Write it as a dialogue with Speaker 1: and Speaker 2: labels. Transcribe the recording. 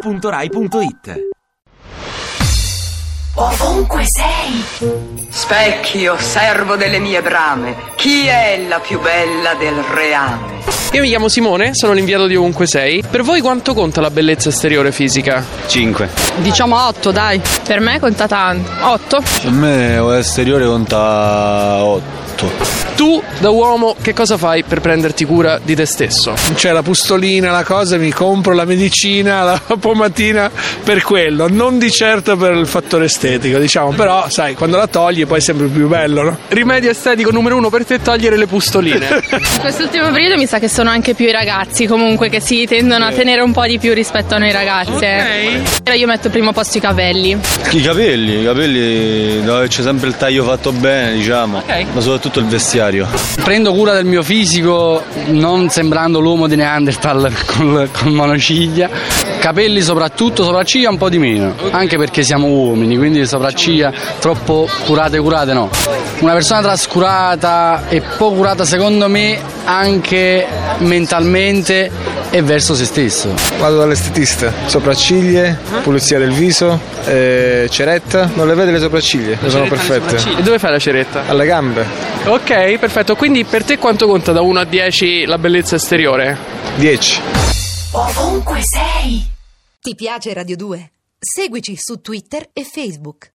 Speaker 1: radio2pod.rai.it
Speaker 2: Ovunque sei,
Speaker 3: Specchio, servo delle mie brame, chi è la più bella del reame?
Speaker 4: Io mi chiamo Simone, sono l'inviato di ovunque sei. Per voi quanto conta la bellezza esteriore fisica?
Speaker 5: 5.
Speaker 6: Diciamo 8, dai. Per me conta tanto. 8.
Speaker 7: Per me esteriore conta 8.
Speaker 4: Tu, da uomo, che cosa fai per prenderti cura di te stesso?
Speaker 8: C'è la pustolina, la cosa, mi compro la medicina, la pomatina per quello, non di certo per il fattore estetico, diciamo, però sai, quando la togli poi è sempre più bello, no?
Speaker 4: Rimedio estetico numero uno per te togliere le pustoline.
Speaker 6: In quest'ultimo periodo mi sa che sono anche più i ragazzi, comunque, che si tendono a tenere un po' di più rispetto a noi ragazze. Allora Io metto primo posto i capelli.
Speaker 7: I capelli, i capelli dove c'è sempre il taglio fatto bene, diciamo,
Speaker 4: Ok.
Speaker 7: ma soprattutto il vestiario.
Speaker 9: Prendo cura del mio fisico non sembrando l'uomo di Neanderthal col, col monociglia, capelli soprattutto, sopracciglia un po' di meno, anche perché siamo uomini, quindi le sopracciglia troppo curate curate no. Una persona trascurata e poco curata secondo me anche mentalmente e verso se stesso.
Speaker 10: Vado dall'estetista, sopracciglie, pulizia del viso, eh, ceretta, non le vede le sopracciglie, le sono perfette.
Speaker 4: E dove fai la ceretta?
Speaker 10: Alle gambe,
Speaker 4: Ok, perfetto. Quindi per te quanto conta da 1 a 10 la bellezza esteriore?
Speaker 10: 10.
Speaker 2: ovunque sei.
Speaker 11: Ti piace Radio 2? Seguici su Twitter e Facebook.